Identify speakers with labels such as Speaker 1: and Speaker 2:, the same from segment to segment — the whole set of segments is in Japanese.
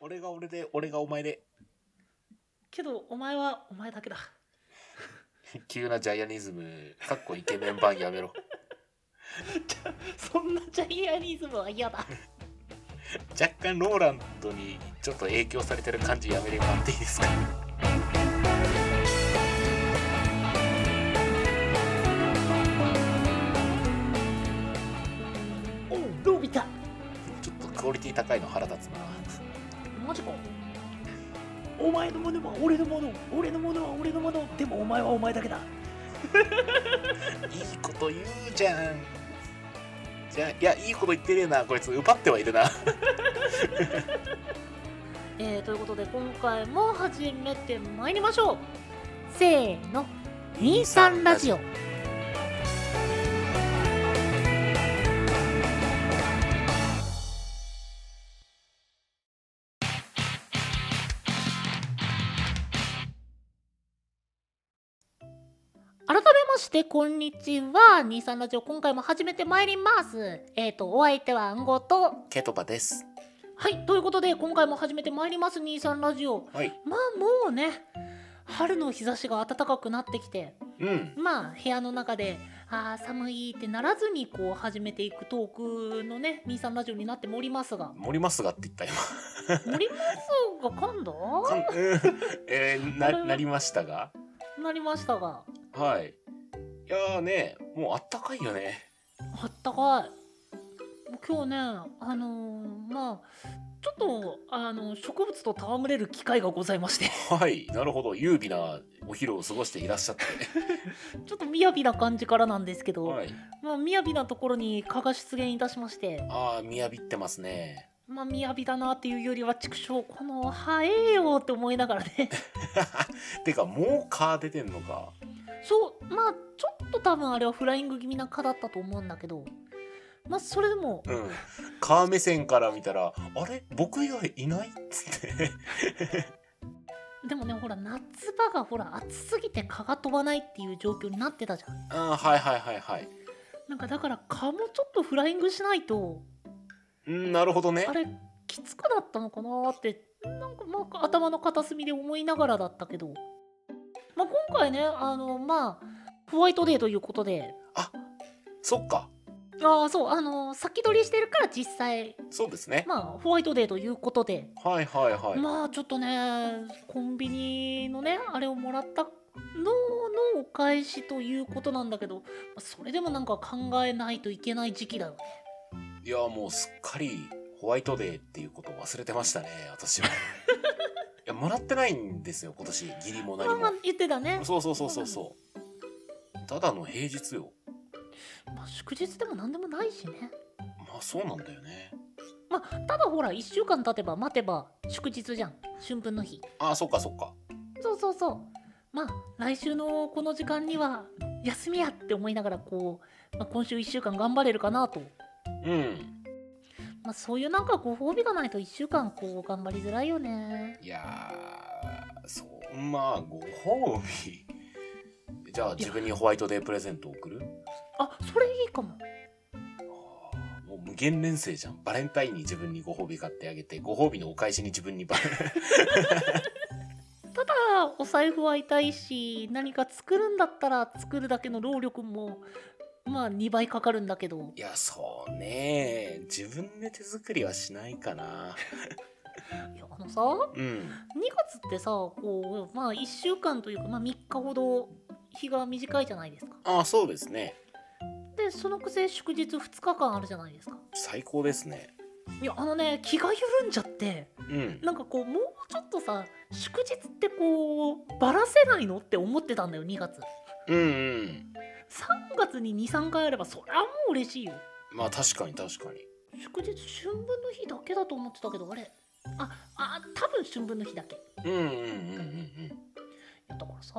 Speaker 1: 俺が俺で、俺がお前で。
Speaker 2: けどお前はお前だけだ
Speaker 3: 急なジャイアニズム、かっこイケメン版やめ ろ。
Speaker 2: そんなジャイアニズムは嫌だ
Speaker 3: 若干ローランドにちょっと影響されてる感じやめてもらっていい ですか
Speaker 2: おうロビタ
Speaker 3: ちょっとクオリティ高いの腹立つな。
Speaker 2: マジかお前のものは俺のもの俺のものは俺のものでもお前はお前だけだ
Speaker 3: いいこと言うじゃん。じゃあ、いや、いいこと言ってねえな。こいつ、奪ってはいるな。
Speaker 2: えー、ということで今回も始めてまいりましょうせーの23ラジオ改めましてこんにちは23ラジオ今回も始めてまいりますえっ、ー、とお相手はんごと
Speaker 3: ケトバです。
Speaker 2: はい、ということで今回も始めてまいります23ラジオ
Speaker 3: はい。
Speaker 2: まあもうね春の日差しが暖かくなってきて
Speaker 3: うん。
Speaker 2: まあ部屋の中であー寒いってならずにこう始めていくトークのね23ラジオになってもおりますが
Speaker 3: 盛りますがって言った今。
Speaker 2: 「盛りますが今度?
Speaker 3: かんうん えーな、なりましたが。」
Speaker 2: なりましたが
Speaker 3: はい。いやーね、もうあったかいよね。
Speaker 2: あったかい。今日ねあのーまあちょっとあの植物と戯れる機会がございまして
Speaker 3: はい。なるほど。優美なお昼を過ごしていらっしゃって。
Speaker 2: ちょっと雅な感じからなんですけど、
Speaker 3: はい。
Speaker 2: まあ雅なところに蚊が出現いたしまして
Speaker 3: ああ、みやびってますね。
Speaker 2: まあ雅だなっていうよりは畜生この早えよって思いながらね
Speaker 3: てか、もう蚊出てんのか。
Speaker 2: そうまあちょっと多分あれはフライング気味な蚊だったと思うんだけどまあそれでも
Speaker 3: うん。蚊目線から見たら、あれ僕以外いないっつって。
Speaker 2: でもねほら夏場がほら暑すぎて蚊が飛ばないっていう状況になってたじゃん
Speaker 3: ああ、はいはいはいはい。
Speaker 2: なんかだから蚊もちょっとフライングしないと
Speaker 3: うん、なるほどね
Speaker 2: あ。れきつくなったのかなーってなんかまあ頭の片隅で思いながらだったけど、まあ、今回ねあのまあホワイトデーということで
Speaker 3: そっか。
Speaker 2: ああそうあのー先取りしてるから実際
Speaker 3: そうですね。
Speaker 2: まあホワイトデーということで、
Speaker 3: はいはいはい。
Speaker 2: まあちょっとねコンビニのねあれをもらったののお返しということなんだけどまあそれでもなんか考えないといけない時期だよね
Speaker 3: いや、もうすっかりホワイトデーっていうことを忘れてましたね、 私は。いや、もらってないんですよ、今年。義理も何
Speaker 2: まあ
Speaker 3: も
Speaker 2: まあ。言ってたね、
Speaker 3: そうそうそうそうそう。ただの平日よ。
Speaker 2: まあ、祝日でも何でもないしね
Speaker 3: まあそうなんだよね。
Speaker 2: まあただほら1週間経てば待てば祝日じゃん春分の日
Speaker 3: ああ、そっかそっか。
Speaker 2: そうそうそうまあ来週のこの時間には休みやって思いながらこう、まあ、今週1週間頑張れるかなと
Speaker 3: うん。
Speaker 2: まあ、そういうなんかご褒美がないと1週間こう頑張りづらいよね。
Speaker 3: いやー、そう、まあご褒美。じゃあ自分にホワイトデープレゼント送る
Speaker 2: あそれいいかも。
Speaker 3: あーもう無限連生じゃん。バレンタインに自分にご褒美買ってあげて、ご褒美のお返しに自分にバレ
Speaker 2: ただお財布は痛いし何か作るんだったら作るだけの労力もまあ2倍かかるんだけど
Speaker 3: いや、そうね。自分で手作りはしないかな。
Speaker 2: いやあのさ2
Speaker 3: うん。
Speaker 2: 月ってさこうまあ1週間というか、まあ、3日ほど日が短いじゃないですか。
Speaker 3: ああ、そうですね。
Speaker 2: でそのくせ祝日2日間あるじゃないですか。
Speaker 3: 最高ですね。
Speaker 2: いやあのね気が緩んじゃって
Speaker 3: うん。
Speaker 2: なんかこうもうちょっとさ祝日ってこうばらせないのって思ってたんだよ2月。
Speaker 3: うんうん。
Speaker 2: 3月に23回あればそりゃもう嬉しいよ
Speaker 3: まあ確かに確かに。
Speaker 2: 祝日春分の日だけだと思ってたけどあれああ多分春分の日だけ
Speaker 3: う
Speaker 2: い
Speaker 3: んうんうんうん
Speaker 2: やだからさあ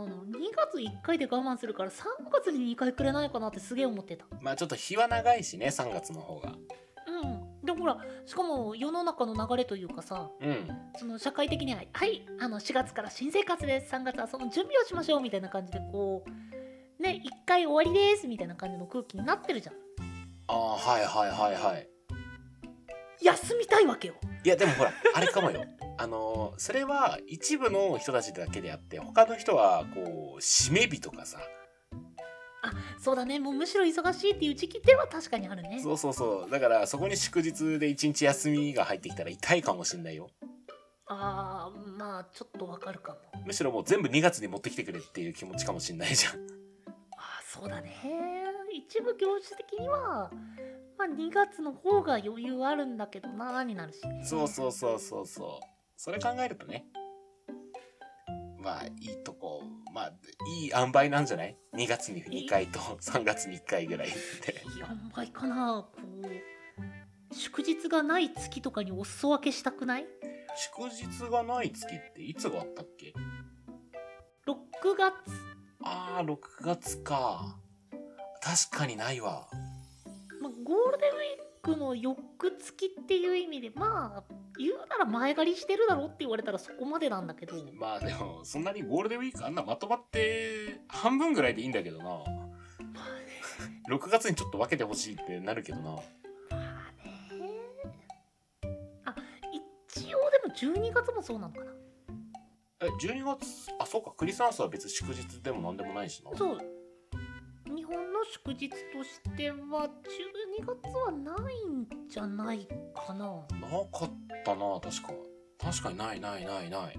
Speaker 2: の2月1回で我慢するから3月に2回くれないかなってすげえ思ってた
Speaker 3: うん。まあちょっと日は長いしね、3月の方が。
Speaker 2: うんでもほらしかも世の中の流れというかさ
Speaker 3: うん。
Speaker 2: その社会的には「はいあの4月から新生活です3月はその準備をしましょう」みたいな感じでこうね1回終わりですみたいな感じの空気になってるじゃん
Speaker 3: ああ、はいはいはいはい。
Speaker 2: 休みたいわけよ
Speaker 3: いやでもほらあれかもよ あのそれは一部の人たちだけであって他の人はこう締め日とかさ
Speaker 2: そうだねもうむしろ忙しいっていう時期では確かにあるね
Speaker 3: そうそうそうだからそこに祝日で一日休みが入ってきたら痛いかもしんないよ
Speaker 2: ああまあちょっとわかるかも
Speaker 3: むしろもう全部2月に持ってきてくれっていう気持ちかもしんないじゃん
Speaker 2: あーそうだね一部業種的には、まあ、2月の方が余裕あるんだけどなーになる し、ね、
Speaker 3: そうそうそうそうそうそれ考えるとねまあいいとこまあいい塩梅なんじゃない2月に2回と3月に1回ぐらいって
Speaker 2: いやんばいかなこう祝日がない月とかにお裾分けしたくない
Speaker 3: 祝日がない月っていつがあったっけ
Speaker 2: ?6 月
Speaker 3: あー6月か確かにないわ
Speaker 2: まあ、ゴールデンウィークの翌月っていう意味でまあ言うなら前借りしてるだろって言われたらそこまでなんだけど
Speaker 3: まあでもそんなにゴールデンウィークあんなまとまって半分ぐらいでいいんだけどな6月にちょっと分けてほしいってなるけどな
Speaker 2: あ一応でも12月もそうなのかな
Speaker 3: え12月あそうかクリスマスは別に祝日でもなんでもないしな
Speaker 2: そう日本の祝日としては12月はないんじゃないかな
Speaker 3: なかったな確か確かにないないないない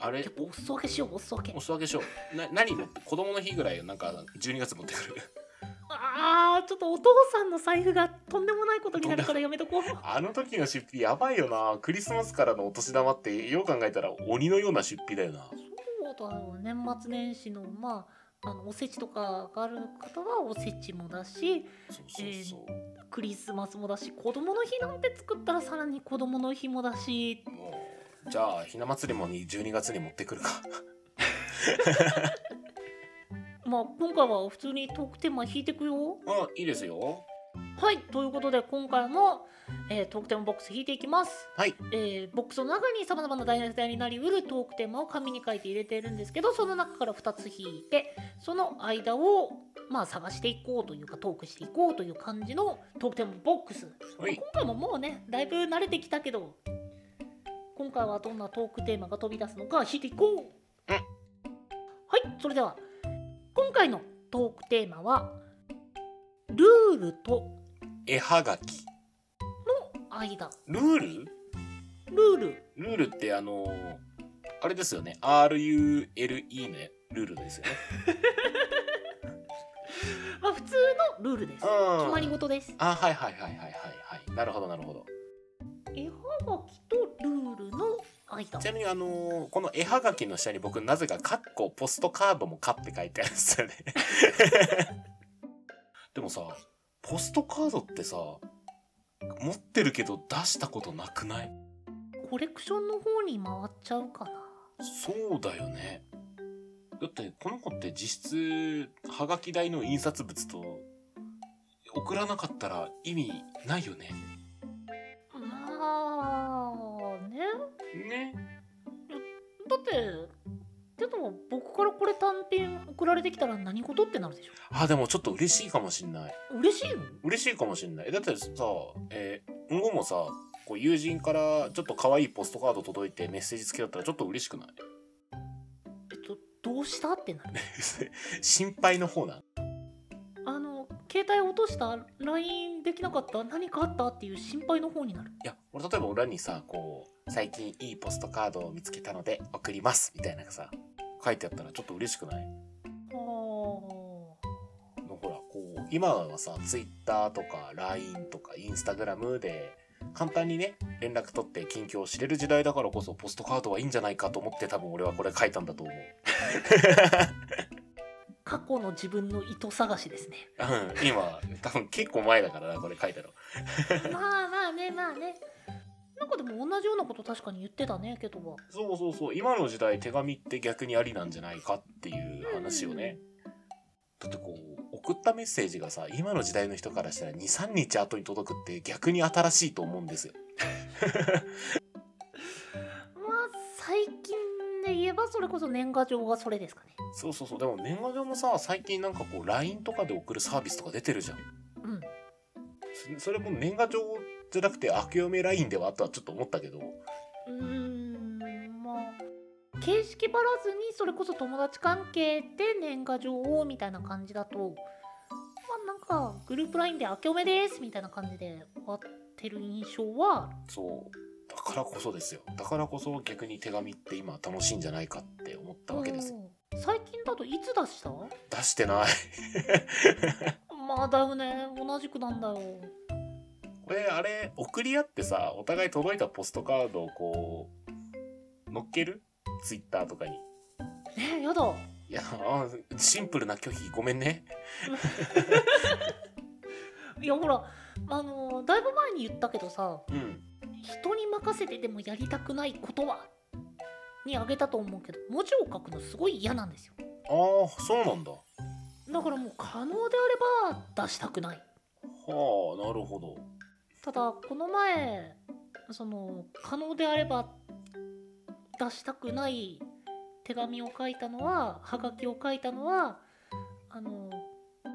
Speaker 3: あれ
Speaker 2: やっぱお裾分けしようお裾分け
Speaker 3: お裾分けしような何持って子供の日ぐらいなんか12月持ってくる
Speaker 2: あーちょっとお父さんの財布がとんでもないことになるからやめとこう
Speaker 3: あの時の出費やばいよなクリスマスからのお年玉ってよう考えたら鬼のような出費だよな
Speaker 2: そうだよ年末年始のまああのおせちとかがある方はおせちもだし
Speaker 3: そうそうそう、
Speaker 2: クリスマスもだし子供の日なんて作ったらさらに子供の日もだし
Speaker 3: もうじゃあひな祭りもに12月に持ってくるか
Speaker 2: まあ今回は普通にトークテーマ引いてくよ
Speaker 3: あいいですよ
Speaker 2: はいということで今回も、えートークテーマボックス引いていきます、
Speaker 3: はい
Speaker 2: えーボックスの中にさまざまな題材になりうるトークテーマを紙に書いて入れているんですけどその中から2つ引いてその間をまあ探していこうというかトークしていこうという感じのトークテーマボックス、まあ
Speaker 3: はい
Speaker 2: 今回ももうねだいぶ慣れてきたけど今回はどんなトークテーマが飛び出すのか引いていこう、
Speaker 3: うん
Speaker 2: はいそれでは今回のトークテーマは「ルールと
Speaker 3: 絵はがき
Speaker 2: の間
Speaker 3: ルール
Speaker 2: ルール
Speaker 3: ルールってあのーあれですよね RULE ねルール ですよね
Speaker 2: まあ普通のルールです決
Speaker 3: うん
Speaker 2: まり事です
Speaker 3: あはいはいはいはいはいはいなるほどなるほど
Speaker 2: 絵はがきとルールの間
Speaker 3: ちなみにあのーこの絵はがきの下に僕なぜか「カッコポストカードも買って書いてあるんですよね でもさポストカードってさ持ってるけど出したことなくない
Speaker 2: コレクションの方に回っちゃうかな
Speaker 3: そうだよねだってこの子って実質はがき代の印刷物と送らなかったら意味ないよね
Speaker 2: まあね
Speaker 3: ね
Speaker 2: だってけど僕からこれ単品送られてきたら何事ってなるでしょ
Speaker 3: あでもちょっと嬉しいかもしんない
Speaker 2: 嬉しいの
Speaker 3: 嬉しいかもしんないだってさえー、今後もさこう友人からちょっと可愛いポストカード届いてメッセージ付きだったらちょっと嬉しくない
Speaker 2: えっとどうしたってなる
Speaker 3: 心配の方なん
Speaker 2: あの携帯落とした LINE できなかった何かあったっていう心配の方になる
Speaker 3: いや俺例えば俺にさこう最近いいポストカードを見つけたので送りますみたいなさ書いてあったらちょっと嬉しくない
Speaker 2: あー
Speaker 3: のほらこう今はさ Twitter とか LINE とか Instagram で簡単にね連絡取って近況を知れる時代だからこそポストカードはいいんじゃないかと思って多分俺はこれ書いたんだと思う。
Speaker 2: 過去の自分の糸探しですね
Speaker 3: うん今多分結構前だからなこれ書いたの。
Speaker 2: まあまあねまあねなんかでも同じようなこと確かに言ってたねけどは
Speaker 3: そうそうそう今の時代手紙って逆にありなんじゃないかっていう話をね。だってこう送ったメッセージがさ今の時代の人からしたら23日後に届くって逆に新しいと思うんですよ。
Speaker 2: まあ最近で言えばそれこそ年賀状がそれですかね
Speaker 3: そうそうそうでも年賀状もさ最近なんかこう LINE とかで送るサービスとか出てるじゃん。
Speaker 2: うん
Speaker 3: そそれも年賀状じゃなくて悪嫁ラインではあとはちょっと思ったけど
Speaker 2: うーんまあ形式ばらずにそれこそ友達関係で年賀状をみたいな感じだとまあなんかグループラインで「明けおめです」みたいな感じで終わってる印象は
Speaker 3: そうだからこそですよだからこそ逆に手紙って今楽しいんじゃないかって思ったわけですよ
Speaker 2: うん最近だといつ出した
Speaker 3: 出してない
Speaker 2: まあだよね同じくなんだよ
Speaker 3: これあれ送り合ってさお互い届いたポストカードをこう乗っけるツイッターとかに
Speaker 2: えやだ
Speaker 3: いやあシンプルな拒否ごめんね
Speaker 2: いやほらあのだいぶ前に言ったけどさ
Speaker 3: うん
Speaker 2: 人に任せてでもやりたくないことはにあげたと思うけど文字を書くのすごい嫌なんですよ
Speaker 3: ああそうなんだは
Speaker 2: だからもう可能であれば出したくない
Speaker 3: あなるほど
Speaker 2: ただこの前その可能であれば出したくない手紙を書いたのははがきを書いたのはあの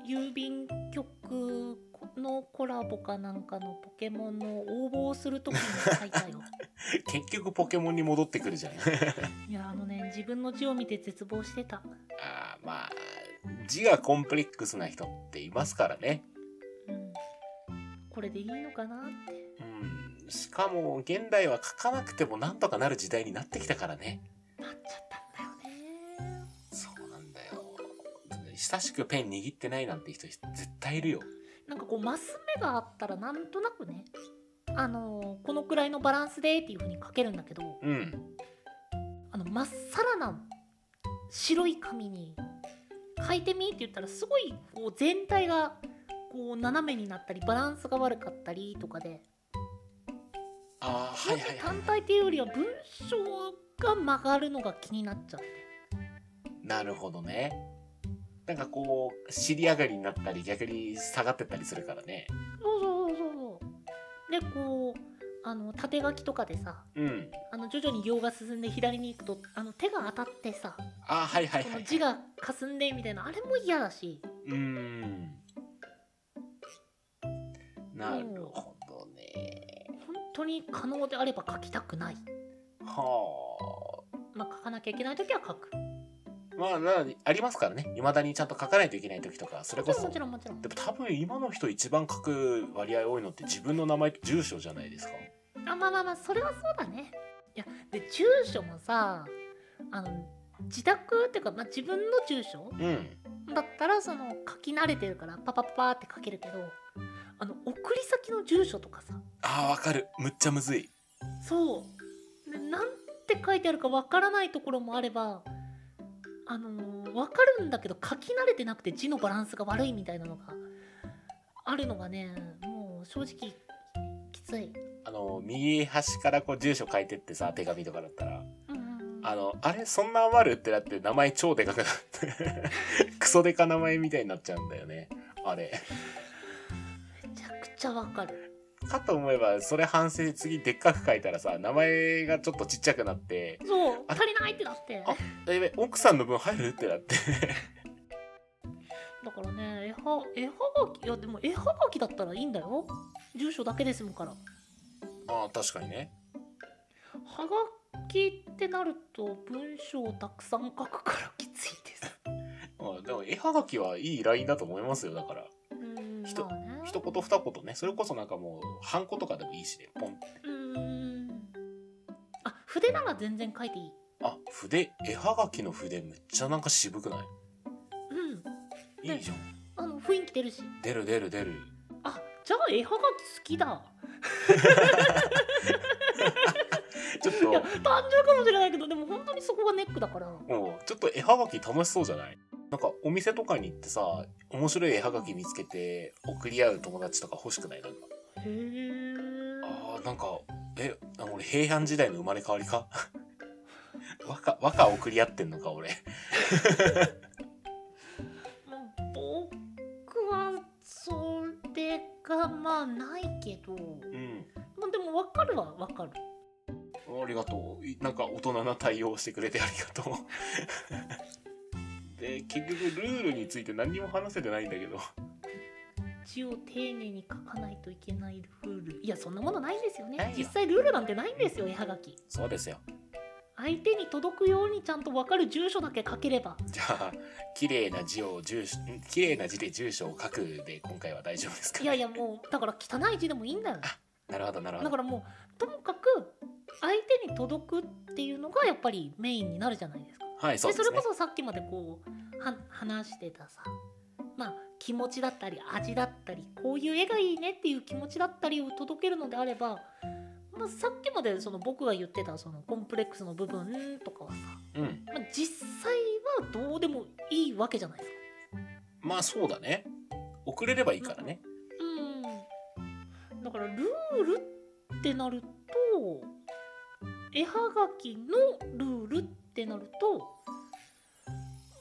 Speaker 2: 郵便局のコラボかなんかのポケモンの応募をする時に書いたよ
Speaker 3: 結局ポケモンに戻ってく るじゃん
Speaker 2: いやあのね自分の字を見て絶望してた
Speaker 3: あーまあ字がコンプレックスな人っていますからね
Speaker 2: うんこれでいいのかなって
Speaker 3: うんしかも現代は書かなくてもなんとかなる時代になってきたからね
Speaker 2: なっちゃったんだよね
Speaker 3: そうなんだよ親しくペン握ってないなんて人絶対いるよ
Speaker 2: なんかこうマス目があったらなんとなくねあのーこのくらいのバランスでっていう風に書けるんだけど
Speaker 3: うん
Speaker 2: あのまっさらな白い紙に書いてみって言ったらすごいこう全体がこう斜めになったりバランスが悪かったりとかで
Speaker 3: ああは
Speaker 2: 文
Speaker 3: い
Speaker 2: 字
Speaker 3: はいは
Speaker 2: 単体っていうよりは文章が曲がるのが気になっちゃう
Speaker 3: いなるほどねなんかこう尻上がりになったり逆に下がってったりするからね
Speaker 2: そうそうそうそうそうでこうあの縦書きとかでさ
Speaker 3: うん
Speaker 2: あの徐々に行が進んで左に行くとあの手が当たってさ
Speaker 3: ああはいはい
Speaker 2: こ
Speaker 3: は
Speaker 2: の
Speaker 3: い
Speaker 2: 字が霞んでみたいなあれも嫌だし
Speaker 3: うーんなるほどね。
Speaker 2: 本当に可能であれば書きたくない
Speaker 3: は
Speaker 2: まあ書かなきゃいけない時は書く
Speaker 3: あ。まあ、なありますからね。未だにちゃんと書かないといけない時とか、それこそ。
Speaker 2: もち
Speaker 3: で
Speaker 2: ろんもちろんも
Speaker 3: も多分今の人一番書く割合多いのって自分の名前と住所じゃないですか。
Speaker 2: ちろんあまあまあまあそれはそうだねいやで住所もさあの自宅っていうか、まあ、自分の住所
Speaker 3: うん。
Speaker 2: だったらその書き慣れてるからパパパパって書けるけどあの送り先の住所とかさ
Speaker 3: ああ、わかる。むっちゃむずい。
Speaker 2: そうでなんて書いてあるかわからないところもあればあのーわかるんだけど書き慣れてなくて字のバランスが悪いみたいなのがあるのがねもう正直きつい。
Speaker 3: あの、右端からこう住所書いてってさ、手紙とかだったら。
Speaker 2: うんうんうん
Speaker 3: あの、あれそんな余るってなって名前超でかくなって。 クソでか名前みたいになっちゃうんだよね。あれ。
Speaker 2: めちゃくちゃわかる。
Speaker 3: かと思えばそれ反省次でっかく書いたらさ名前がちょっとちっちゃくなって
Speaker 2: そう
Speaker 3: あ
Speaker 2: 足りないってなって
Speaker 3: あ「え奥さんの分入る?」ってなって
Speaker 2: だからね絵は絵はがきいやでも絵はがきだったらいいんだよ住所だけで済むから。
Speaker 3: ああ確かにね
Speaker 2: はがきってなると文章をたくさん書くからきついです。
Speaker 3: あでも絵はがきはいいラインだと思いますよだから
Speaker 2: うん
Speaker 3: ひと
Speaker 2: まあね
Speaker 3: 一言二言ねそれこそなんかもうハンコとかでもいいしねポンって
Speaker 2: うーんあ筆なら全然書いていい
Speaker 3: あ筆絵はがきの筆めっちゃなんか渋くな
Speaker 2: うん
Speaker 3: いいいじゃん
Speaker 2: あの雰囲気出るし
Speaker 3: 出る出る出る
Speaker 2: あじゃあ絵はがき好きだ
Speaker 3: ちょっ
Speaker 2: いや
Speaker 3: と
Speaker 2: 単純かもしれないけどでも本当にそこがネックだから
Speaker 3: もうちょっと絵はがき楽しそうじゃないなんかお店とかに行ってさ面白い絵はがき見つけて送り合う友達とか欲しくないなんか
Speaker 2: へえ
Speaker 3: あーなんかえ俺平安時代の生まれ変わりか 和歌和歌送り合ってんのか俺
Speaker 2: 僕はそれがまあないけど
Speaker 3: うん
Speaker 2: まあでも分かるは分かる
Speaker 3: ありがとういなんか大人な対応をしてくれてありがとうで結局ルールについて何にも話せてないんだけど
Speaker 2: 字を丁寧に書かないといけないルールいやそんなものないですよね
Speaker 3: ないよ
Speaker 2: 実際ルールなんてないんですよ絵はがき
Speaker 3: そうですよ
Speaker 2: 相手に届くようにちゃんと分かる住所だけ書ければ
Speaker 3: じゃあ綺麗な字を住所ん綺麗な字で住所を書くで今回は大丈夫ですか
Speaker 2: いやいやもうだから汚い字でもいいんだよ
Speaker 3: なるほどなるほ
Speaker 2: だ
Speaker 3: ど
Speaker 2: からもうともかく相手に届くっていうのがやっぱりメインになるじゃないですか
Speaker 3: はいそう
Speaker 2: で
Speaker 3: で
Speaker 2: そ
Speaker 3: す
Speaker 2: れ
Speaker 3: ね
Speaker 2: こそさっきまでこうは話してたさまあ気持ちだったり味だったりこういう絵がいいねっていう気持ちだったりを届けるのであれば、まあ、さっきまでその僕が言ってたそのコンプレックスの部分とかはさ、
Speaker 3: うん
Speaker 2: まあ、実際はどうでもいいわけじゃないですか。
Speaker 3: まあそうだね遅れればいいからね
Speaker 2: うんだからルールってなると絵はがきのルールってなると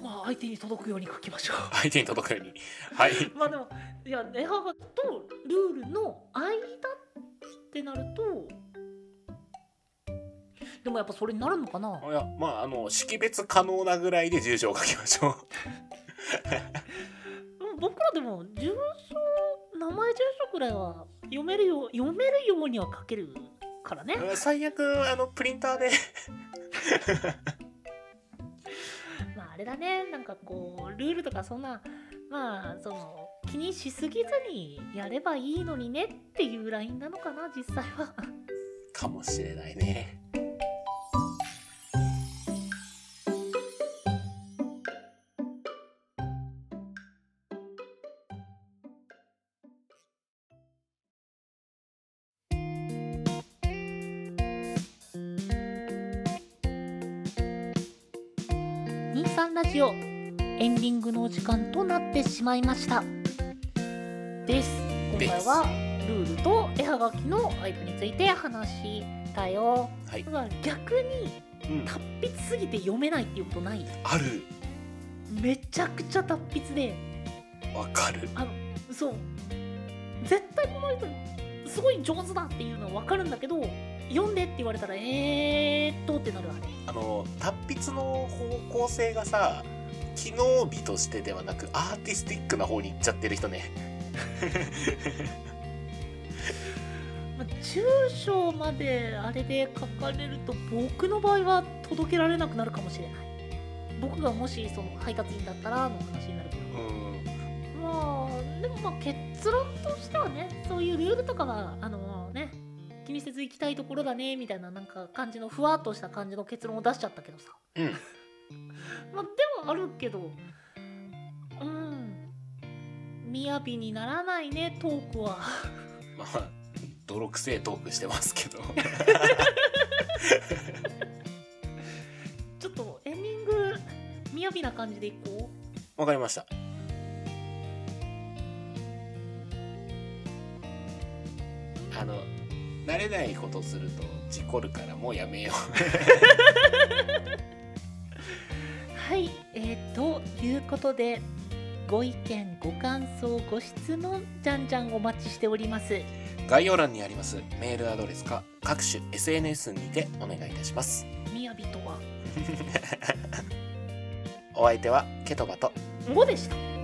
Speaker 2: まあ相手に届くように書きましょう。
Speaker 3: 相手に届くようにはい
Speaker 2: まあでもいや絵はがきとルールの間ってなるとでもやっぱそれになるのかない
Speaker 3: やまああの識別可能なぐらいで住所を書きましょう
Speaker 2: 僕らでも住所名前住所くらいは読めるよ読めるようには書けるからね
Speaker 3: うん最悪あのプリンターで
Speaker 2: まああれだねなんかこうルールとかそんなまあその気にしすぎずにやればいいのにねっていうラインなのかな実際 は。
Speaker 3: かもしれないね
Speaker 2: 23ラジオエンディングのお時間となってしまいましたです今回はルールと絵はがきの間について話したよ、
Speaker 3: はい
Speaker 2: だから逆に
Speaker 3: うん
Speaker 2: 達筆すぎて読めないっていうことない
Speaker 3: ある
Speaker 2: めちゃくちゃ達筆で
Speaker 3: わかる
Speaker 2: そう絶対この人すごい上手だっていうのは分かるんだけど読んでって言われたらえーっとってなるわね
Speaker 3: あの達筆の方向性がさ機能美としてではなくアーティスティックな方に行っちゃってる人ね
Speaker 2: まあ住所まであれで書かれると僕の場合は届けられなくなるかもしれない僕がもしその配達員だったらの話になるけど
Speaker 3: うん
Speaker 2: まあでもまあ結論としてはねそういうルールとかはあのね気にせず行きたいところだねみたいななんか感じのふわっとした感じの結論を出しちゃったけどさ
Speaker 3: うん
Speaker 2: まあでもあるけどうん雅にならないねトークは。
Speaker 3: まあ泥臭いトークしてますけど
Speaker 2: ちょっとエンディング雅な感じでいこう。
Speaker 3: わかりましたあの慣れないことすると事故るからもうやめよ
Speaker 2: はい、えー、ということでご意見ご感想ご質問じゃんじゃんお待ちしております。
Speaker 3: う概要欄にありますメールアドレスか各種 SNS にてお願いいたします
Speaker 2: 雅とは
Speaker 3: お相手はケトバと
Speaker 2: 「も」でした。